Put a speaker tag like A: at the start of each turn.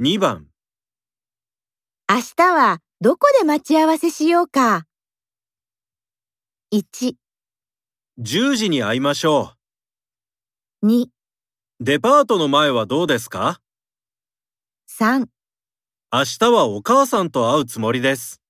A: 2番、
B: 明日はどこで待ち合わせしようか。1、
A: 10時に会いましょう。
B: 2、
A: デパートの前はどうですか
B: 3。
A: 明日はお母さんと会うつもりです。